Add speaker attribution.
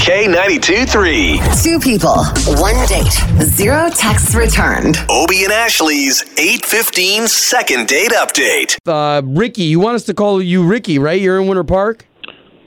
Speaker 1: K92 3.
Speaker 2: Two people, one date, zero texts returned.
Speaker 1: Obie and Ashley's 815 second date update.
Speaker 3: Uh, Ricky, you want us to call you Ricky, right? You're in Winter Park?